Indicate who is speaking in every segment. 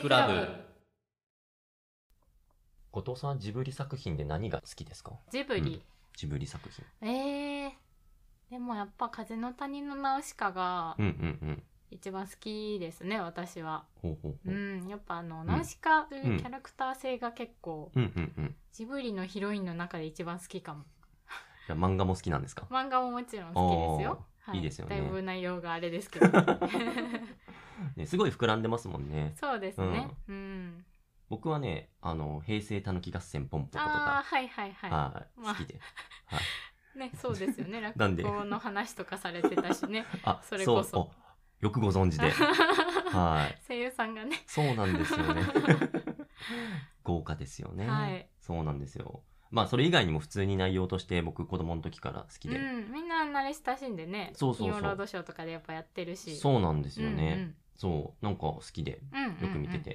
Speaker 1: クラブ。
Speaker 2: 後藤さん、ジブリ作品で何が好きですか
Speaker 1: ジブリ。
Speaker 2: ジブリ作品。
Speaker 1: えー。でもやっぱ風の谷のナウシカが
Speaker 2: うんうんうん。
Speaker 1: 一番好きですね、私は。
Speaker 2: ほうほう
Speaker 1: う
Speaker 2: ほう。
Speaker 1: ん、やっぱあの、
Speaker 2: ん
Speaker 1: ナウシカというんうキャラクター性が結構、
Speaker 2: うんうんうん。い
Speaker 1: ジブリのヒロインの中で一番好きかも。
Speaker 2: や漫画も好きなんですか
Speaker 1: 漫画ももちろん好きですよ。
Speaker 2: あーいいですよね
Speaker 1: だいぶ内容があれです けど。
Speaker 2: ね、すごい膨らんでますもんね。
Speaker 1: そうですね。うん。
Speaker 2: 僕はね、あの、平成たぬき合戦ポンポコと
Speaker 1: ああ、
Speaker 2: か、
Speaker 1: はいはいは
Speaker 2: はい、
Speaker 1: ま
Speaker 2: 好
Speaker 1: あ
Speaker 2: きで。
Speaker 1: い。ね、そうですよね。
Speaker 2: な
Speaker 1: 落
Speaker 2: んで
Speaker 1: 語の話とかされてたし ね。
Speaker 2: あ、
Speaker 1: それこそ
Speaker 2: うおよくご存知 で。はい。
Speaker 1: 声優さんがね。
Speaker 2: そうなんです よね。豪華ですよね。
Speaker 1: はい
Speaker 2: そうなんですよ。まあ、それ以外にも普通に内容として僕子供の時から好きで。
Speaker 1: うん、みんな慣れ親しんでね
Speaker 2: そうそうそう
Speaker 1: 金曜ロードショーとかでやっぱやってるし
Speaker 2: そうなんです
Speaker 1: うんう
Speaker 2: よ
Speaker 1: ん
Speaker 2: ね。そう、なんか好きで、
Speaker 1: うんうんうん
Speaker 2: よく見てて。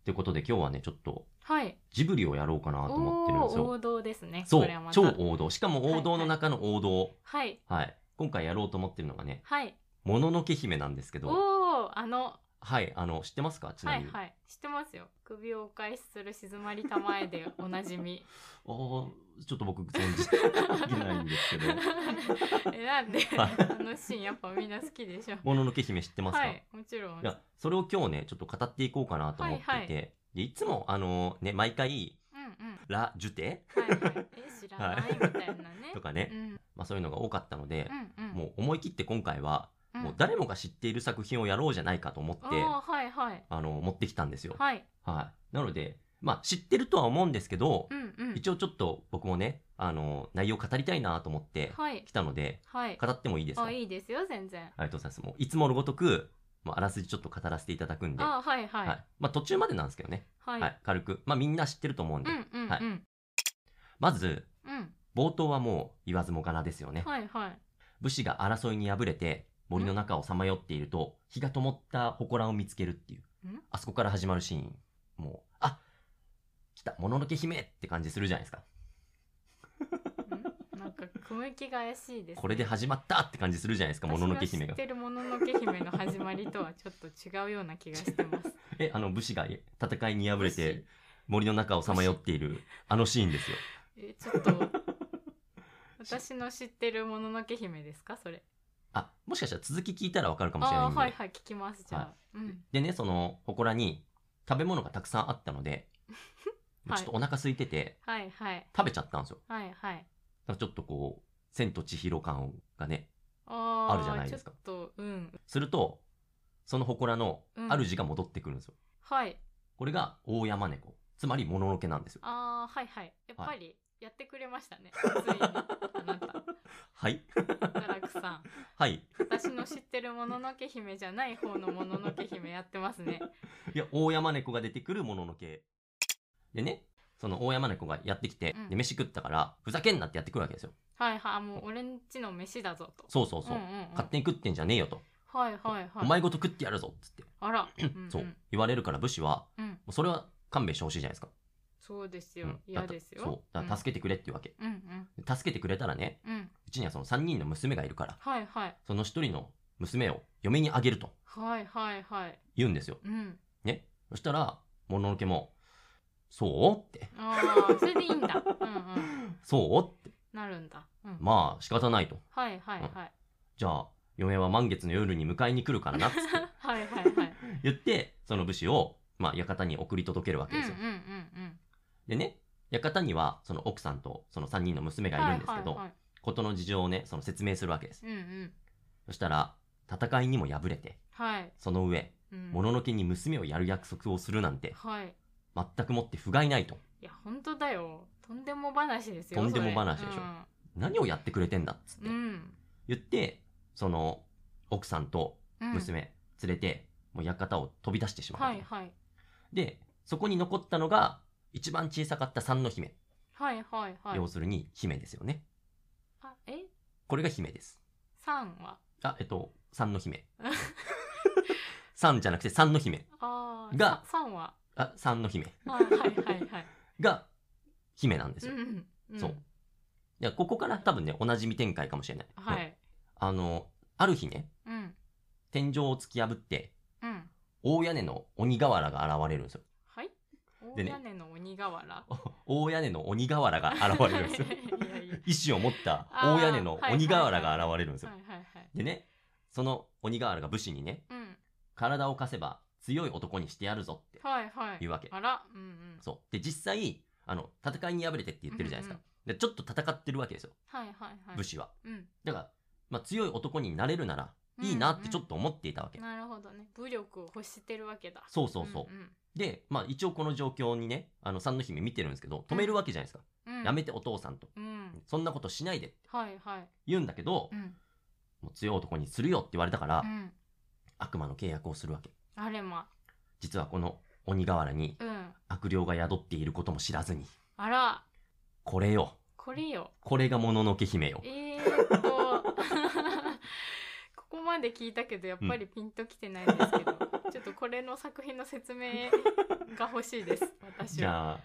Speaker 2: ってことで今日はね、ちょっと
Speaker 1: はい
Speaker 2: ジブリをやろうかなと思ってるんです
Speaker 1: おお
Speaker 2: よ。
Speaker 1: 王道ですね
Speaker 2: そ
Speaker 1: こ
Speaker 2: う
Speaker 1: れはま、た
Speaker 2: 超王道。しかも王道の中の王道。
Speaker 1: はい
Speaker 2: はい、今回やろうと思ってるのがね、
Speaker 1: はい
Speaker 2: もののけ姫なんですけど、
Speaker 1: おおあの
Speaker 2: はい、あの、知ってますかちな
Speaker 1: は
Speaker 2: み
Speaker 1: い
Speaker 2: に。
Speaker 1: はい知ってますよ首をお返しする静まりたまえで おなじ み
Speaker 2: あーちょっと僕存じ 上げないんですけど。
Speaker 1: えなんで
Speaker 2: はい
Speaker 1: あのシーンやっぱみんな好きでしょ
Speaker 2: もののけ姫知ってますか、、
Speaker 1: はいいもちろん
Speaker 2: や、それを今日ね、ちょっと語っていこうかなと思っていて、
Speaker 1: はいはい
Speaker 2: でいつも、あのね、毎回、
Speaker 1: うんうん
Speaker 2: ラ・ジュテ
Speaker 1: はいはいえ知らない
Speaker 2: はい
Speaker 1: みたいなね
Speaker 2: とか
Speaker 1: う
Speaker 2: ね、
Speaker 1: ん
Speaker 2: まあそういうのが多かったので、
Speaker 1: うんうん
Speaker 2: もう思い切って今回は、
Speaker 1: うん
Speaker 2: もう誰もが知っている作品をやろうじゃないかと思って、
Speaker 1: あーはいはい
Speaker 2: あの、持ってきたんですよ。はい。
Speaker 1: はい
Speaker 2: なので、まあ知ってるとは思うんですけど、
Speaker 1: うんうん
Speaker 2: 一応ちょっと僕もね、あの、内容語りたいなと思って
Speaker 1: はい
Speaker 2: 来たので、
Speaker 1: はい
Speaker 2: 語ってもいいですか
Speaker 1: あいいですよ全然
Speaker 2: ありがとうございます。もういつものごとく、まあ、あらすじちょっと語らせていただくんで、は。
Speaker 1: あはいはいいはい
Speaker 2: まあ途中までなんですけどね。
Speaker 1: は、
Speaker 2: はいい。軽く。まあみんな知ってると思うん
Speaker 1: う
Speaker 2: で。
Speaker 1: んうんうん、
Speaker 2: はいまず、
Speaker 1: うん
Speaker 2: 冒頭はもう言わずもがなですよね。
Speaker 1: はいはい
Speaker 2: 武士が争いに敗れて、森の中をさまよっていると、日が灯った祠を見つけるっていう
Speaker 1: うん。
Speaker 2: あそこから始まるシーン。もう、あ来た、もののけ姫って感じするじゃないですか。
Speaker 1: うんなんか雲行きが怪しいです
Speaker 2: これで始まったって感じするじゃないですか、もののけ姫
Speaker 1: 私
Speaker 2: が
Speaker 1: 知っ。てるもののけ姫の始まりとはちょっと違うような気がしてます
Speaker 2: え、あの武士が戦いに敗れ
Speaker 1: 武
Speaker 2: て
Speaker 1: 士、
Speaker 2: 森の中をさまよっている、あのシーンですよ。
Speaker 1: えちょっと私の知ってるもののけ姫ですかそれ
Speaker 2: あ、もしかしたら続き聞いたらわかるかもしれない
Speaker 1: あ
Speaker 2: んで。
Speaker 1: はいはい聞きますじゃあ、
Speaker 2: は
Speaker 1: うん
Speaker 2: でね、その、祠に食べ物がたくさんあったの で、
Speaker 1: はい
Speaker 2: ちょっとお腹空いてて、
Speaker 1: はいはい
Speaker 2: 食べちゃったんですよ。
Speaker 1: はいはい
Speaker 2: だからちょっとこう、千と千尋感がね、
Speaker 1: あー
Speaker 2: あるじゃないですか
Speaker 1: ちょっとうん
Speaker 2: すると、その祠の
Speaker 1: うん
Speaker 2: 主が戻ってくるんですよ。
Speaker 1: はい
Speaker 2: これが大山猫。つまり、もののけなんですよ。
Speaker 1: あーはいはいやっぱりやってくれましたね、ついにあなた
Speaker 2: はい。
Speaker 1: ガラクさん
Speaker 2: はい。
Speaker 1: 私の知ってるもののけ姫じゃない方のもののけ姫やってますね。
Speaker 2: いや、大山猫が出てくるもののけ。でね、その大山猫がやってきて
Speaker 1: う、ん
Speaker 2: で、飯食ったから、ふざけんなってやってくるわけですよ。
Speaker 1: はいはい、あもう俺んちの飯だぞと。
Speaker 2: そうそうそう。
Speaker 1: んんん
Speaker 2: 勝手に食ってんじゃねえよと。
Speaker 1: はいはいは
Speaker 2: お
Speaker 1: い。
Speaker 2: 前ごと食ってやるぞっつって。
Speaker 1: あら、んん
Speaker 2: そう。言われるから武士は、
Speaker 1: うん、
Speaker 2: もうそれは勘弁してほしいじゃないですか。
Speaker 1: そうです
Speaker 2: う
Speaker 1: よ
Speaker 2: ん。
Speaker 1: 嫌
Speaker 2: だって
Speaker 1: ですよ。
Speaker 2: そう。だから助けてくれっていうわけ。
Speaker 1: うんうん
Speaker 2: で助けてくれたらね、
Speaker 1: うん。
Speaker 2: うちにはその3人の娘がいるから、
Speaker 1: はいはい。
Speaker 2: その1人の娘を嫁にあげると
Speaker 1: はいはいはい。
Speaker 2: 言うんですよ。
Speaker 1: うん。
Speaker 2: ね。そしたら、もののけも、そうって、
Speaker 1: ああ、それでいいんだ。うんうん。
Speaker 2: そうって、
Speaker 1: なるんだ。うん。
Speaker 2: まあ仕方ないと。
Speaker 1: はいはいはい。
Speaker 2: じゃあ、嫁は満月の夜に迎えに来るからなっつ って
Speaker 1: はいはいはい。
Speaker 2: 言って、その武士を、まあ、館に送り届けるわ
Speaker 1: う
Speaker 2: け
Speaker 1: ん
Speaker 2: で
Speaker 1: うん
Speaker 2: す
Speaker 1: う
Speaker 2: よ。
Speaker 1: ん
Speaker 2: でね、館には、その奥さんと、その3人の娘
Speaker 1: うん。
Speaker 2: がいるんですけ
Speaker 1: はい
Speaker 2: ど
Speaker 1: は、い
Speaker 2: ことの事情をね、その説明するわけです。
Speaker 1: はい、うんうん。
Speaker 2: そしたら、戦いにも敗れて、
Speaker 1: はい。
Speaker 2: その上、
Speaker 1: うん
Speaker 2: もののけに娘をやる約束をするなんて、
Speaker 1: はい。
Speaker 2: 全くもって不甲斐ないと。
Speaker 1: いや本当だよとんでも話ですよ
Speaker 2: とんでも
Speaker 1: それ
Speaker 2: 話でしょ何をやってくれてんだっつって
Speaker 1: うん、うん
Speaker 2: 言って、その、奥さんと
Speaker 1: うん、
Speaker 2: 娘連れて、もう館を飛び出してしまうわ
Speaker 1: は
Speaker 2: け、
Speaker 1: いはい
Speaker 2: で、そこに残ったのが、一番小さかった三の姫。
Speaker 1: はいはいはい
Speaker 2: 要するに、姫ですよね。
Speaker 1: あえ
Speaker 2: これが姫です。
Speaker 1: さんは
Speaker 2: あ、えっと、三の 姫。三じゃなくて三の姫。
Speaker 1: あー
Speaker 2: が
Speaker 1: ささんは
Speaker 2: あ、三の姫。
Speaker 1: あはいは いはい
Speaker 2: が、姫なんですよ。
Speaker 1: うんうん
Speaker 2: そう。いや、ここから多分ね、おなじみ展開かもしれない。
Speaker 1: は
Speaker 2: うん
Speaker 1: い
Speaker 2: あの、ある日ね、
Speaker 1: うん
Speaker 2: 天井を突き破って、
Speaker 1: うん
Speaker 2: 大屋根の鬼瓦が現れるんですよ。
Speaker 1: はい
Speaker 2: で
Speaker 1: 大
Speaker 2: ね
Speaker 1: 屋根の鬼瓦。
Speaker 2: 大屋根の鬼瓦が現れるんですよ
Speaker 1: いやいや
Speaker 2: 意志を持った大屋根の鬼瓦が現れるんですよ
Speaker 1: は。いはいはい
Speaker 2: でね、その鬼瓦が武士にね、
Speaker 1: うん
Speaker 2: 体を貸せば強い男にしてやるぞって
Speaker 1: はいはい
Speaker 2: いうわけ。
Speaker 1: あらうんうん
Speaker 2: そう。で、実際、あの、戦いに敗れてって言ってるじゃないですか。で、ちょっと戦ってるわけですよ、
Speaker 1: はいはいはい
Speaker 2: 武士は。
Speaker 1: うん
Speaker 2: だから、まあ、強い男になれるなら、いいなってちょっと思っていたわけ。
Speaker 1: なるほどね武力を欲してるわけだ
Speaker 2: そうそうそう。
Speaker 1: んん
Speaker 2: で、まあ、一応この状況にね、あの、三の姫見てるんですけど、止めるわけじゃないですか。
Speaker 1: うん
Speaker 2: やめてお父さんと。
Speaker 1: うん
Speaker 2: そんなことしないでって
Speaker 1: はいはい
Speaker 2: 言うんだけど、
Speaker 1: うん
Speaker 2: もう強い男にするよって言われたから、
Speaker 1: うん
Speaker 2: 悪魔の契約をするわけ。
Speaker 1: あれま
Speaker 2: 実はこの鬼瓦に
Speaker 1: うん
Speaker 2: 悪霊が宿っていることも知らずに。
Speaker 1: あら
Speaker 2: これよ。
Speaker 1: これよ
Speaker 2: これがもののけ姫よ。
Speaker 1: えー、っと ここまで聞いたけどやっぱりピンときてないです けど、ちょっとこれの作品の説明が欲しいです私
Speaker 2: じ
Speaker 1: は。
Speaker 2: ゃあ、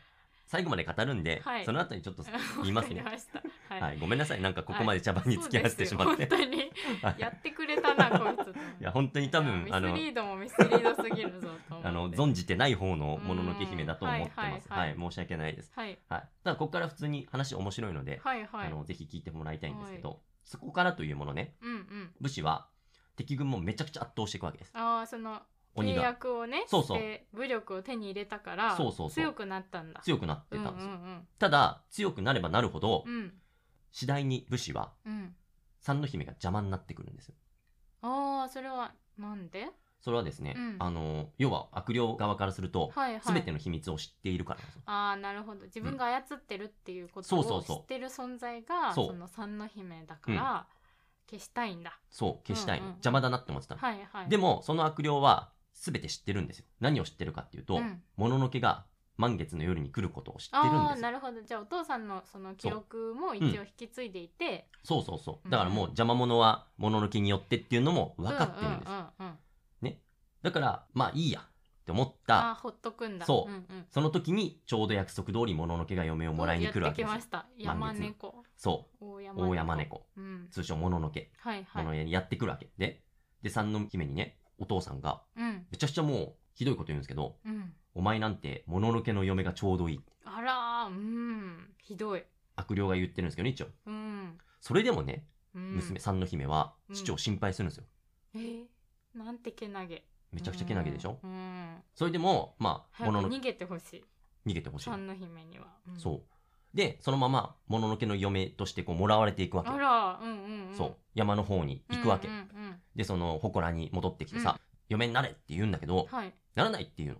Speaker 2: 最後まで語るんで、
Speaker 1: はい
Speaker 2: その後にちょっと言いますね
Speaker 1: わか。りました。はい。
Speaker 2: はい、ごめんなさい。なんかここまで茶番に付き合わせてしまって。
Speaker 1: そうですよ本
Speaker 2: は
Speaker 1: 当に
Speaker 2: い
Speaker 1: やってくれたなこいつと思って。
Speaker 2: いや、本当に多分、あ
Speaker 1: いや
Speaker 2: の
Speaker 1: ミス、リードもミスリードすぎるぞと思って。
Speaker 2: あの、存じてない方のもののけ姫だと思って
Speaker 1: うんはい
Speaker 2: ま
Speaker 1: はい
Speaker 2: す。
Speaker 1: は
Speaker 2: は
Speaker 1: い
Speaker 2: い、申し訳ないです。
Speaker 1: はい
Speaker 2: はい。ただ、ここから普通に話面白いので、
Speaker 1: はいは
Speaker 2: あ
Speaker 1: い。
Speaker 2: の、ぜひ聞いてもらいたいんですけど、そこからというものね、
Speaker 1: うんうん。
Speaker 2: 武士は敵軍もめちゃくちゃ圧倒していくわけです。
Speaker 1: ああその
Speaker 2: 鬼
Speaker 1: 契
Speaker 2: が
Speaker 1: 約をね
Speaker 2: そうそう
Speaker 1: して武力を手に入れたから
Speaker 2: そうそうそう
Speaker 1: 強くなったんだ。
Speaker 2: 強くなってたんです
Speaker 1: う
Speaker 2: よ。
Speaker 1: んうん
Speaker 2: ただ、強くなればなるほど
Speaker 1: う、ん。うん
Speaker 2: 次第に武士は
Speaker 1: うん。
Speaker 2: 三の姫が邪魔になってくるんですよ。
Speaker 1: ああそれはなんで？
Speaker 2: それはですね、
Speaker 1: うん
Speaker 2: あの、要は悪霊側からすると、
Speaker 1: はいはい。
Speaker 2: すべての秘密を知っているからなんですよ。
Speaker 1: ああなるほど自分が操ってるっていうこと
Speaker 2: そうそ
Speaker 1: を
Speaker 2: う
Speaker 1: 知
Speaker 2: そう
Speaker 1: ってる存在が
Speaker 2: そう
Speaker 1: その三の姫だから消したいんだ、
Speaker 2: そう、消したいの、
Speaker 1: うんうん
Speaker 2: 邪魔だなって思ってたの。
Speaker 1: はいはい
Speaker 2: で
Speaker 1: も、
Speaker 2: も、その悪霊は、すべて知ってるんですよ。何を知ってるかっていうと、
Speaker 1: うん
Speaker 2: もののけが満月の夜に来ることを知ってるん
Speaker 1: あ
Speaker 2: で
Speaker 1: あ
Speaker 2: すよ。
Speaker 1: なるほどじゃあお父さんのその記録も一応引き継いでいて
Speaker 2: そうそうそう。
Speaker 1: うん
Speaker 2: だからもう邪魔者はもののけによってっていうのも分かってるんですよ。
Speaker 1: うんうんうんうん
Speaker 2: だから、まあいいやって思っ
Speaker 1: あ
Speaker 2: た、
Speaker 1: あほっとくんだ
Speaker 2: そう
Speaker 1: うんうん
Speaker 2: その時にちょうど約束通りもののけが嫁をもらいに来るわけで
Speaker 1: や
Speaker 2: す
Speaker 1: って
Speaker 2: よ
Speaker 1: きま。した山猫
Speaker 2: そ
Speaker 1: 大山
Speaker 2: う。大山猫。
Speaker 1: うん
Speaker 2: 通称もののけ。
Speaker 1: はいは
Speaker 2: この
Speaker 1: い
Speaker 2: 家にやってくるわけ。で、で、三の姫にね、お父さんが、
Speaker 1: うん
Speaker 2: めちゃくちゃもう、ひどいこと言うんですけど、
Speaker 1: うん
Speaker 2: お前なんて、もののけの嫁がちょうどいい。
Speaker 1: あらーうんひどい
Speaker 2: 悪霊が言ってるんですけどね、一応。
Speaker 1: うん、
Speaker 2: それでもね、
Speaker 1: うん、
Speaker 2: 娘、三の姫は、
Speaker 1: うん
Speaker 2: 父を心配するんですよ。
Speaker 1: えー、なんてけなげ
Speaker 2: めちゃくちゃけなげでしょ
Speaker 1: うん、うん、
Speaker 2: それでも、まあ、
Speaker 1: 早
Speaker 2: も
Speaker 1: く
Speaker 2: のの
Speaker 1: 逃げてほしい
Speaker 2: 逃げてほしい。
Speaker 1: 三の姫には、うん
Speaker 2: そう。で、そのまま、もののけの嫁として、こう、もらわれていくわけ
Speaker 1: あ。らうんうん、うん、
Speaker 2: そう。山の方に行くわけ
Speaker 1: うん。うん
Speaker 2: で、その、祠に戻ってきてさ、嫁になれって言うんだけ
Speaker 1: うん
Speaker 2: ど、
Speaker 1: はい
Speaker 2: ならないっていうの。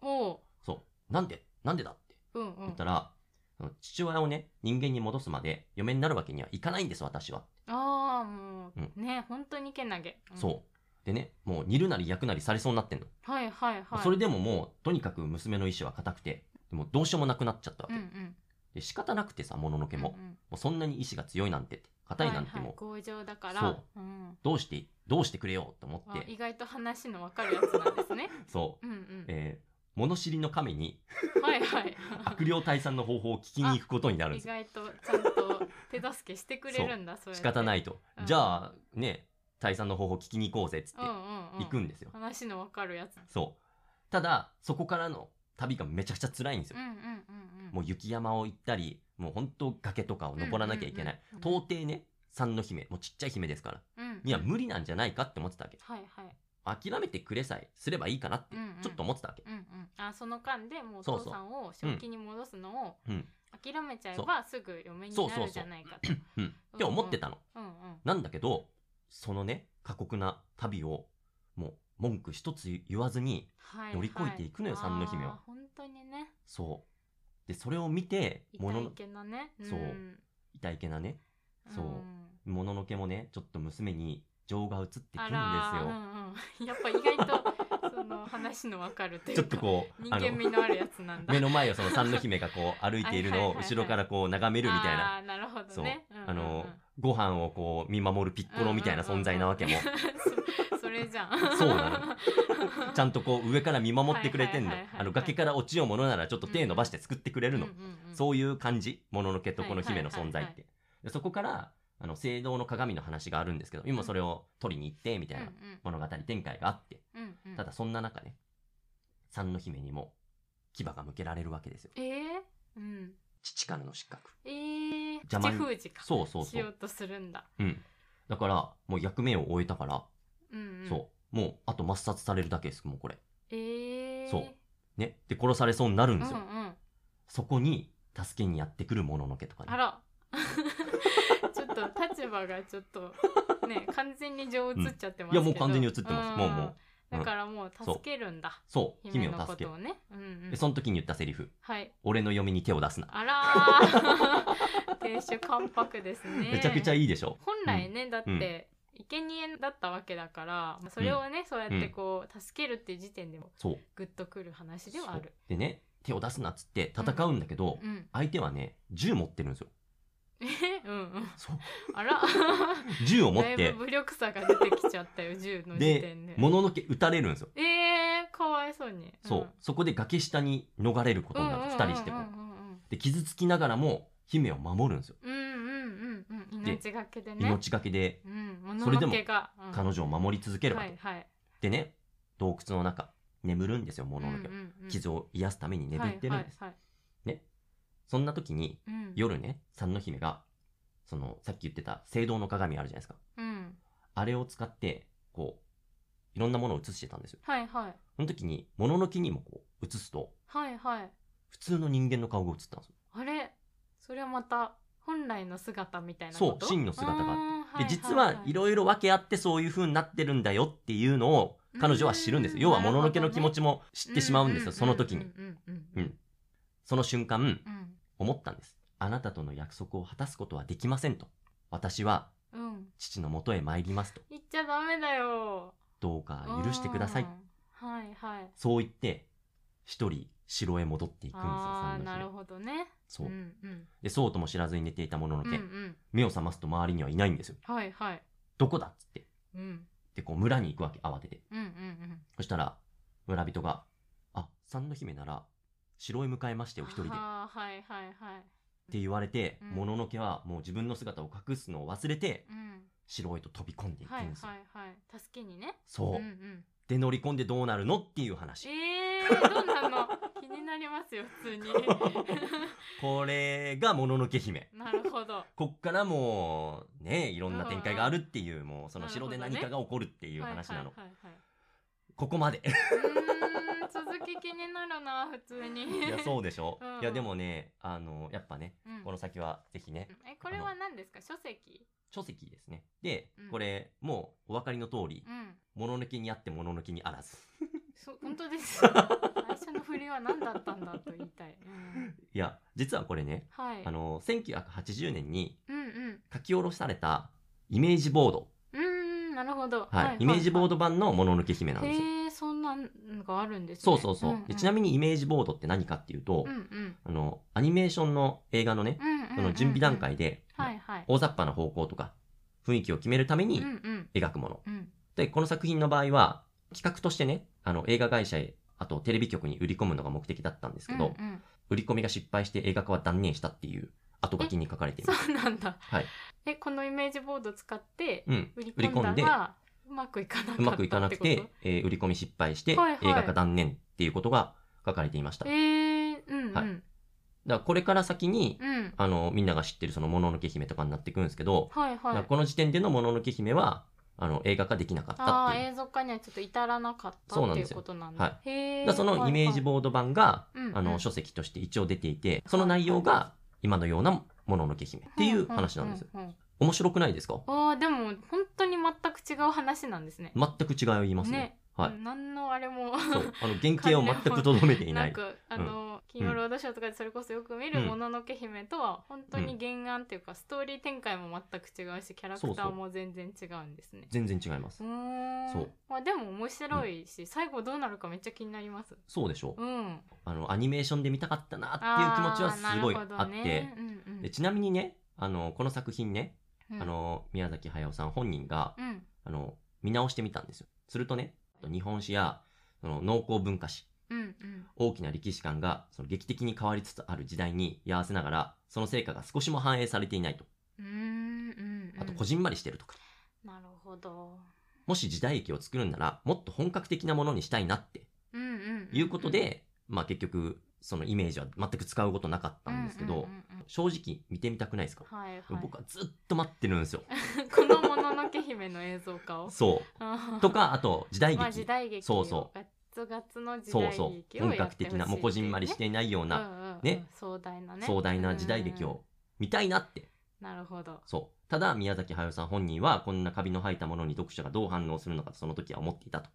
Speaker 1: おう
Speaker 2: そう。なんでなんでだって。
Speaker 1: うんう
Speaker 2: 言
Speaker 1: ん
Speaker 2: ったら、その父親をね、人間に戻すまで嫁になるわけにはいかないんです、私は。
Speaker 1: ああもう、
Speaker 2: うん
Speaker 1: ね本当にけなげ、ん
Speaker 2: そう。でね、もう煮るなり焼くなりされそうになってんの。
Speaker 1: はいはいはい
Speaker 2: それでももう、とにかく娘の意志は固くて、でもどうしようもなくなっちゃったわ
Speaker 1: う
Speaker 2: け。
Speaker 1: んうん
Speaker 2: で仕方なくてさ、もののけも、
Speaker 1: う
Speaker 2: も
Speaker 1: んうん
Speaker 2: うそんなに意志が強いなんてって、硬いなんて
Speaker 1: はいは
Speaker 2: も、
Speaker 1: いう強情だから、
Speaker 2: そう
Speaker 1: ん、
Speaker 2: どうして、どうしてくれよと思
Speaker 1: あ
Speaker 2: って
Speaker 1: 意、外と話のわかるやつなんですね
Speaker 2: そう、
Speaker 1: うんうん、
Speaker 2: えー、物知りの亀に
Speaker 1: は いはい
Speaker 2: 悪霊退散の方法を聞きに行くことになるん
Speaker 1: 意
Speaker 2: ですよ。
Speaker 1: 外とちゃんと手助けしてくれるんだそう
Speaker 2: 仕方ないいと。
Speaker 1: うん
Speaker 2: じゃあ、ね、退散の方法聞きに行こうぜ、つって
Speaker 1: うん、うん、うん、
Speaker 2: 行くんですよ。
Speaker 1: 話のわかるやつ
Speaker 2: そう。ただ、そこからの旅がめちゃくちゃ辛いんですよ
Speaker 1: うん。うんうんうん
Speaker 2: もう雪山を行ったり、もう本当崖とかを登らなきゃいけない。
Speaker 1: うんうんうんうん
Speaker 2: 到底ね、三の姫、もうちっちゃい姫ですから、
Speaker 1: うん、うん、
Speaker 2: には無理なんじゃないかって思ってたわけ。
Speaker 1: はいはい
Speaker 2: 諦めてくれさえすればいいかなって
Speaker 1: うんうん、
Speaker 2: ちょっと思ってたわけ。
Speaker 1: うんうん、あその間でもうお
Speaker 2: そう
Speaker 1: 父
Speaker 2: そう
Speaker 1: さんを正気に戻すのを
Speaker 2: うん
Speaker 1: 諦めちゃえばすぐ嫁になるじゃないかと。
Speaker 2: うん。って思ってたの。
Speaker 1: うんうん
Speaker 2: なんだけど、そのね、過酷な旅を、もう文句一つ言わずに、
Speaker 1: はい
Speaker 2: 乗り越えていくのよ
Speaker 1: はい
Speaker 2: 三の姫は
Speaker 1: あー本当にね
Speaker 2: そう。で、それを見て、も
Speaker 1: 痛
Speaker 2: の
Speaker 1: い
Speaker 2: の、
Speaker 1: けどね。
Speaker 2: そう痛いけなね、そうもののけもね、ちょっと娘に情が移ってく
Speaker 1: あ
Speaker 2: るん
Speaker 1: ら
Speaker 2: ですよ。
Speaker 1: ーうんうん、やっぱ意外とその話のわかるとい
Speaker 2: ちょ
Speaker 1: う
Speaker 2: っと
Speaker 1: か
Speaker 2: こう、
Speaker 1: 人間味のあるやつなんだ。
Speaker 2: 目の前をその三の姫がこ う歩いているのを後ろからこう眺めるみたいな、
Speaker 1: あーなるほ
Speaker 2: そ
Speaker 1: ど
Speaker 2: う
Speaker 1: ね。うんうんうん
Speaker 2: あの、ご飯をこう見守るピッコロみたいな存在なわけも、
Speaker 1: そそれじゃん。
Speaker 2: そうなちゃんとこう上から見守ってくれてんの
Speaker 1: はいはいはいはい。
Speaker 2: あの崖から落ちようものならちょっと手伸ばして作ってくれるの。
Speaker 1: うんうんうん
Speaker 2: そういう感じ、もののけとこの姫の存在
Speaker 1: は
Speaker 2: っ
Speaker 1: いはい
Speaker 2: て。でそこから、あの、聖堂の鏡の話があるんですけど、今それを取りに行って、みたいな物語展開があって、
Speaker 1: うんうんうんうん
Speaker 2: ただそんな中ね、三の姫にも牙が向けられるわけですよ。
Speaker 1: えー、うん
Speaker 2: 父からの失格。
Speaker 1: えー、
Speaker 2: 邪魔に
Speaker 1: 口封じか
Speaker 2: そうそうそ
Speaker 1: しよう
Speaker 2: う。
Speaker 1: とするんだ
Speaker 2: うん。だから、もう役目を終えたから、
Speaker 1: うん、うん、
Speaker 2: そう。もう、あと抹殺されるだけです、もうこれ。
Speaker 1: えー、
Speaker 2: そうね。で、殺されそうになるん
Speaker 1: う
Speaker 2: で
Speaker 1: ん
Speaker 2: す
Speaker 1: う
Speaker 2: よ。
Speaker 1: ん
Speaker 2: そこに、助けにやってくるもののけとかね。
Speaker 1: あら ちょっと立場がちょっと ね完全に情移っちゃってま
Speaker 2: い
Speaker 1: すけど、
Speaker 2: や、もう完全に映ってます。もうもう。うん
Speaker 1: だからもう助けるんだ
Speaker 2: そう。姫
Speaker 1: 姫の
Speaker 2: を
Speaker 1: こ
Speaker 2: 助け
Speaker 1: と
Speaker 2: る。
Speaker 1: をね、うんうん
Speaker 2: で、、その時に言ったセリフ。
Speaker 1: はい
Speaker 2: 俺の嫁に手を出すな。
Speaker 1: あらー 亭主関白ですね
Speaker 2: めちゃくちゃいいでしょ。
Speaker 1: 本来ね、だって、生贄だったわけだからまあそれをね、そうやってこう助けるっていう時点でも
Speaker 2: そう。
Speaker 1: グッとくる話ではある
Speaker 2: そうでね、手を出すなっつって戦うんだけど、
Speaker 1: うん
Speaker 2: 相手はね、銃持ってるんですよ。
Speaker 1: えうんうん
Speaker 2: そう。
Speaker 1: あら
Speaker 2: 銃を持っ
Speaker 1: だい
Speaker 2: て
Speaker 1: ぶ、武力差が出てきちゃったよ銃の時
Speaker 2: で
Speaker 1: 点で、
Speaker 2: もののけ撃たれるんですよ。
Speaker 1: えー、かわいそうに
Speaker 2: そう。そこで崖下に逃れること
Speaker 1: ん
Speaker 2: になる。二人して
Speaker 1: う
Speaker 2: も
Speaker 1: ん。
Speaker 2: で、傷つきながらも、姫を守るんですよ。
Speaker 1: うんうんうんうんうんうんうん
Speaker 2: で
Speaker 1: 命がけでね
Speaker 2: 命がけで、
Speaker 1: うん、も
Speaker 2: それでも
Speaker 1: ののけがうん
Speaker 2: 彼女を守り続けるわ
Speaker 1: は
Speaker 2: け。
Speaker 1: いはい
Speaker 2: でね、洞窟の中、眠るんですよ、もののけは。傷を癒すために眠ってるんです。
Speaker 1: はいはいはい
Speaker 2: そんな時に、
Speaker 1: うん
Speaker 2: 夜ね、三の姫が、その、さっき言ってた、聖堂の鏡あるじゃないですか。
Speaker 1: うん
Speaker 2: あれを使って、こう、いろんなものを映してたんですよ。
Speaker 1: はいはい
Speaker 2: その時に、もののけにもこう、映すと、
Speaker 1: はいはい
Speaker 2: 普通の人間の顔が映ったんですよ。
Speaker 1: あれそれはまた本来の姿みたいな
Speaker 2: そう
Speaker 1: こと
Speaker 2: 真の姿があって
Speaker 1: あ
Speaker 2: で、実はいろいろ分け合ってそういう風になってるんだよっていうのを、彼女は知るんですよ。要
Speaker 1: うん
Speaker 2: は、もののけの気持ちも知
Speaker 1: 知
Speaker 2: ってしまうんですよ、その時に。
Speaker 1: うんうん
Speaker 2: う
Speaker 1: うん
Speaker 2: んその瞬間、
Speaker 1: うん
Speaker 2: 思ったんです。あなたとの約束を果たすことはできませんと。私は、
Speaker 1: うんうん
Speaker 2: 父の元へ参りますと。
Speaker 1: 言っちゃダメだよ
Speaker 2: どうか許してください。
Speaker 1: うんはいはい
Speaker 2: そう言って、一人、城へ戻っていくんですよ、
Speaker 1: あ
Speaker 2: 三
Speaker 1: あな
Speaker 2: の
Speaker 1: る
Speaker 2: 姫。
Speaker 1: ほどね。
Speaker 2: そううん
Speaker 1: うん
Speaker 2: で、そうとも知らずに寝ていたものの
Speaker 1: う
Speaker 2: け、
Speaker 1: んうん
Speaker 2: 目を覚ますと周りにはいないんですよ。
Speaker 1: はいはい
Speaker 2: どこだっつって。
Speaker 1: うん
Speaker 2: で、こう村に行くわけ、慌てて。
Speaker 1: うんうんうん
Speaker 2: そしたら、村人が、あ、三の姫なら、城へ向かいましてお一人で。っ
Speaker 1: あーはいはいはい
Speaker 2: て言われて、
Speaker 1: うん
Speaker 2: もののけはもう自分の姿を隠すのを忘れて、
Speaker 1: うん
Speaker 2: 城へと飛び込んでいく
Speaker 1: は
Speaker 2: ん
Speaker 1: いはい
Speaker 2: ですよ。
Speaker 1: はい助けにね
Speaker 2: そう。
Speaker 1: んうん
Speaker 2: で、乗り込んでどうなるのっていう話。
Speaker 1: えー、どうなの気になりますよ普 通に
Speaker 2: これがもののけ姫。
Speaker 1: なるほど
Speaker 2: こっからもう、ね、いろんな展開があるっていう、もう、その
Speaker 1: なるほ
Speaker 2: 城
Speaker 1: ど
Speaker 2: で
Speaker 1: ね
Speaker 2: 何かが起こるっていう
Speaker 1: はい
Speaker 2: 話なの。
Speaker 1: はいはいはい
Speaker 2: ここまで。
Speaker 1: うーん続き気になるな普通に
Speaker 2: いや、そうでしょ
Speaker 1: うん。
Speaker 2: いや、でもね、あの、やっぱね、
Speaker 1: うん
Speaker 2: この先はぜひね、
Speaker 1: えこれは何ですか書籍
Speaker 2: 書籍ですね。で
Speaker 1: うん、
Speaker 2: これ、もうお分かりの通り
Speaker 1: う、ん
Speaker 2: もののけにあってもののけにあらず。
Speaker 1: そ本当 ですよ最初の振りは何だったんだと言いたい、うん、
Speaker 2: いや、実はこれね、
Speaker 1: はい
Speaker 2: あの、1980年に
Speaker 1: うんうん
Speaker 2: 書き下ろされたイメージボード。
Speaker 1: うーんなるほど、
Speaker 2: はい。イメージボード版のもののけ姫なんですよ。
Speaker 1: へえそんなのがあるんですね
Speaker 2: そうそうそう。でちな
Speaker 1: み
Speaker 2: みにイメージボードって何かっていうと、
Speaker 1: うんうん
Speaker 2: あの、アニメーションの映画のね、
Speaker 1: うんうんうん
Speaker 2: その準備段階で、
Speaker 1: はいはい
Speaker 2: 大雑把な方向とか、雰囲気を決めるため
Speaker 1: う
Speaker 2: に
Speaker 1: んうん
Speaker 2: 描くもの。
Speaker 1: うん
Speaker 2: で、この作品の場合は、企画としてね、あの、映画会社へ、あとテレビ局に売り込むのが目的だったんですけど、
Speaker 1: うんうん
Speaker 2: 売り込みが失敗して映画化は断念したっていう後書きに書かれています。
Speaker 1: そうなんだ、
Speaker 2: はい
Speaker 1: えこのイメージボード使って
Speaker 2: うん。
Speaker 1: 売り
Speaker 2: 売り込
Speaker 1: 込
Speaker 2: ん
Speaker 1: ん
Speaker 2: で
Speaker 1: だがうまくいかなかった
Speaker 2: うまくいかなく
Speaker 1: ってこ、
Speaker 2: えー売り込み失敗して、
Speaker 1: はいはい
Speaker 2: 映画化断念っていうことが書かれていました。
Speaker 1: とえ
Speaker 2: だか
Speaker 1: ー、うんうん、
Speaker 2: はいらこれから先に、
Speaker 1: うん
Speaker 2: あの、みんなが知ってるそのもののけ姫とかになっていくんですけど、
Speaker 1: はい
Speaker 2: だか
Speaker 1: は
Speaker 2: ら
Speaker 1: い
Speaker 2: この時点でのもののけ姫は、あの、映画化できなかった
Speaker 1: あ
Speaker 2: っ
Speaker 1: あ
Speaker 2: ていう。
Speaker 1: 映像化にはちょっと至らなかった
Speaker 2: そうなん
Speaker 1: ってい
Speaker 2: で
Speaker 1: う
Speaker 2: すよ
Speaker 1: ことなん
Speaker 2: は
Speaker 1: だ
Speaker 2: だ
Speaker 1: へえ
Speaker 2: からそのイメージボード版が、
Speaker 1: はいはい
Speaker 2: あ
Speaker 1: うんう
Speaker 2: の、
Speaker 1: ん
Speaker 2: 書籍として一応出ていて、その内容が今のようなもののけ姫っていう話なんですよ。
Speaker 1: うんうんうん
Speaker 2: 面白くないですか
Speaker 1: あーでも本当に全く違う話なんですね
Speaker 2: 全く違いを言いますね。
Speaker 1: ね
Speaker 2: はい。
Speaker 1: 何のあれも
Speaker 2: そう。あの、原型を全くとどめていな。
Speaker 1: ないくあの、金曜ロードショーとかでそれこそよく見る「もののけ姫」とは本当に原案っていうか、ストーリー展開も全く違うしキャラクターも全然違うんですね。
Speaker 2: 全然違います
Speaker 1: う。ーん
Speaker 2: そう
Speaker 1: まあ、でも面白いし、最後どうなるかめっちゃ気になります。
Speaker 2: そうでしょう。
Speaker 1: うん、
Speaker 2: あの、アニメーションで見たかったなっていう気持ちはすごい
Speaker 1: ーな
Speaker 2: あって、
Speaker 1: るほどねうんうん
Speaker 2: でちなみにね、あの、この作品ね、
Speaker 1: うん
Speaker 2: あの、宮崎駿さん本人が、
Speaker 1: うん
Speaker 2: あの、見直してみたんですよ。するとね、日本史や、その農耕文化史、
Speaker 1: うんうん
Speaker 2: 大きな歴史観がその劇的に変わりつつある時代に居合わせながら、その成果が少しも反映されていないと。
Speaker 1: うーんうん
Speaker 2: とこじんまりしてるとか、
Speaker 1: なるほど。
Speaker 2: もし時代劇を作るんなら、もっと本格的なものにしたいなって
Speaker 1: うんうんんん
Speaker 2: いうこと、で、まあ結局、そのイメージは全く使うことなかったんですけど、
Speaker 1: うんうんうんうん
Speaker 2: 正直見てみたくないですか、
Speaker 1: はいはい。
Speaker 2: 僕はずっと待ってるんですよ。
Speaker 1: このもののけ姫の映像化を。
Speaker 2: そう。 とか、あと時代
Speaker 1: まあ
Speaker 2: 劇
Speaker 1: 時。代劇
Speaker 2: そ
Speaker 1: を
Speaker 2: うそう
Speaker 1: ガッツガツの時
Speaker 2: そう
Speaker 1: 代
Speaker 2: そう。
Speaker 1: 劇を
Speaker 2: 本
Speaker 1: やってほしい
Speaker 2: 格的な、もうこじんまりしていないよう
Speaker 1: う
Speaker 2: な、
Speaker 1: んうん
Speaker 2: ね
Speaker 1: 壮大なね
Speaker 2: 壮大な時代劇
Speaker 1: うんうん
Speaker 2: を見たいなって。
Speaker 1: なるほど
Speaker 2: そう。ただ、宮崎駿さん本人は、こんなカビの生えたものに読者がどう反応するのかとその時は思ってい たと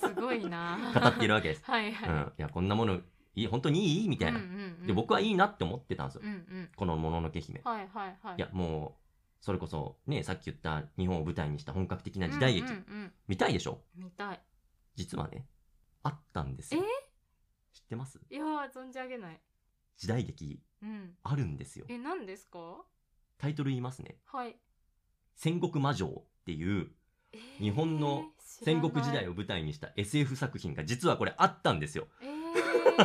Speaker 1: すごいな。
Speaker 2: 語っているわけです
Speaker 1: はいうはい、
Speaker 2: ん。いや、こんなもの、いい、本当にいいみたいな
Speaker 1: うん。うんうん
Speaker 2: で、僕はいいなって思ってたんですよ
Speaker 1: うん。うん
Speaker 2: このもののけ姫。
Speaker 1: はいはいはい
Speaker 2: いや、もう、それこそ、ね、さっき言った日本を舞台にした本格的な時代劇、
Speaker 1: うんうんうん
Speaker 2: 見たいでしょ
Speaker 1: 見たい
Speaker 2: 実はね、あったんですよ。知ってます
Speaker 1: いやー存じ上げない
Speaker 2: 時代劇
Speaker 1: うん
Speaker 2: あるんですよ。
Speaker 1: え何ですか
Speaker 2: タイトル言いますね。
Speaker 1: はい
Speaker 2: 戦国魔女っていう
Speaker 1: えー
Speaker 2: 日本の
Speaker 1: 知ら
Speaker 2: 戦
Speaker 1: ない
Speaker 2: 国時代を舞台にした SF 作品が実はこれあったんですよ。
Speaker 1: えー、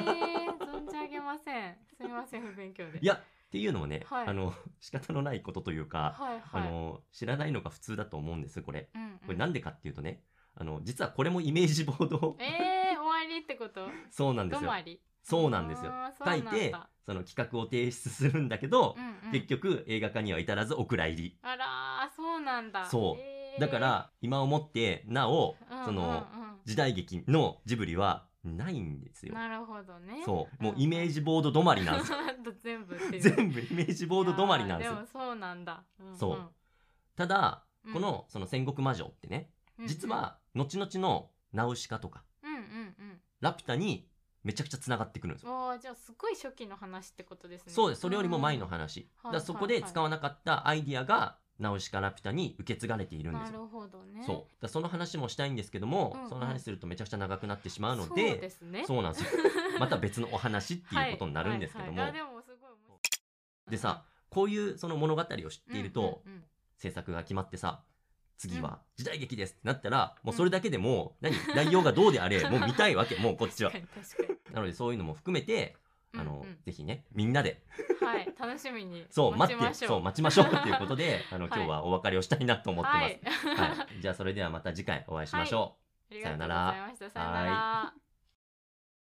Speaker 1: 存じ上げませんすみません不勉強で
Speaker 2: いや、っていうのもね、
Speaker 1: はい
Speaker 2: あの、 仕方のないことというか、
Speaker 1: はいはい
Speaker 2: あの、知らないのが普通だと思うんです、これ。
Speaker 1: うんうん
Speaker 2: これなんでかっていうとね、あの、実はこれもイメージボードを、
Speaker 1: えー、終わりってこと
Speaker 2: そうなんです
Speaker 1: 止
Speaker 2: よ。
Speaker 1: まり
Speaker 2: そうなんですよ。
Speaker 1: あー
Speaker 2: 書
Speaker 1: そう
Speaker 2: い
Speaker 1: なんだ
Speaker 2: て、その企画を提出するんだけど
Speaker 1: う、んうん
Speaker 2: 結局映画化には至らずお蔵入り。
Speaker 1: あらーそうなんだ
Speaker 2: そう
Speaker 1: えー
Speaker 2: だから、今思って、なお、
Speaker 1: うんうんうん
Speaker 2: その、時代劇のジブリはないんですよ。
Speaker 1: なるほどね
Speaker 2: そう。
Speaker 1: ん
Speaker 2: もうイメージボード止まりなん ですよ。
Speaker 1: う全部っていう
Speaker 2: 全部イメージボード止まりなんです
Speaker 1: いや
Speaker 2: よ。
Speaker 1: でもそうなんだ、うんうん
Speaker 2: そうただ、
Speaker 1: うん
Speaker 2: この、その戦国魔女ってね、
Speaker 1: うんうん
Speaker 2: 実は、後々のナウシカとか、
Speaker 1: うんうんうん
Speaker 2: ラピュタにめちゃくちゃ繋がってくるんですよ。
Speaker 1: おーじゃあすごい初期の話ってことですね
Speaker 2: そうです。それよりも前の
Speaker 1: うん
Speaker 2: 話。
Speaker 1: うん
Speaker 2: だからそこで使わなかったアイディアが、ナウシカラピュタに受け継がれているんで
Speaker 1: な
Speaker 2: すよ。
Speaker 1: るほどね
Speaker 2: そう。だからその話もしたいんですけども、
Speaker 1: うんうん
Speaker 2: その話するとめちゃくちゃ長くなってしまうの
Speaker 1: そう
Speaker 2: で、
Speaker 1: ですね
Speaker 2: そうなんですよ。また別のお話っていうことになるんですけども。
Speaker 1: はいはいはいあでもすごい面白い
Speaker 2: でさ、こういうその物語を知っていると、
Speaker 1: うんうんうん
Speaker 2: 制作が決まってさ、次は時代劇ですってなったら、もうそれだけでもう、何、内容がどうであれ、 もう見たいわけ、もうこっちは。
Speaker 1: 確かに確かに
Speaker 2: なのでそういうのも含めて、あの、
Speaker 1: うん
Speaker 2: ぜひね、みんなで、
Speaker 1: うんはい楽しみに
Speaker 2: そう、待
Speaker 1: 待
Speaker 2: っ
Speaker 1: ち
Speaker 2: て、
Speaker 1: ましょう
Speaker 2: そう、待ちましょうっていうことで、あの、
Speaker 1: はい
Speaker 2: 今日はお別れをしたいなと思ってます。
Speaker 1: はい
Speaker 2: はい。じゃあそれではまた次回お会いしましょう。
Speaker 1: ありがとうございました。さよな
Speaker 2: は
Speaker 1: ら。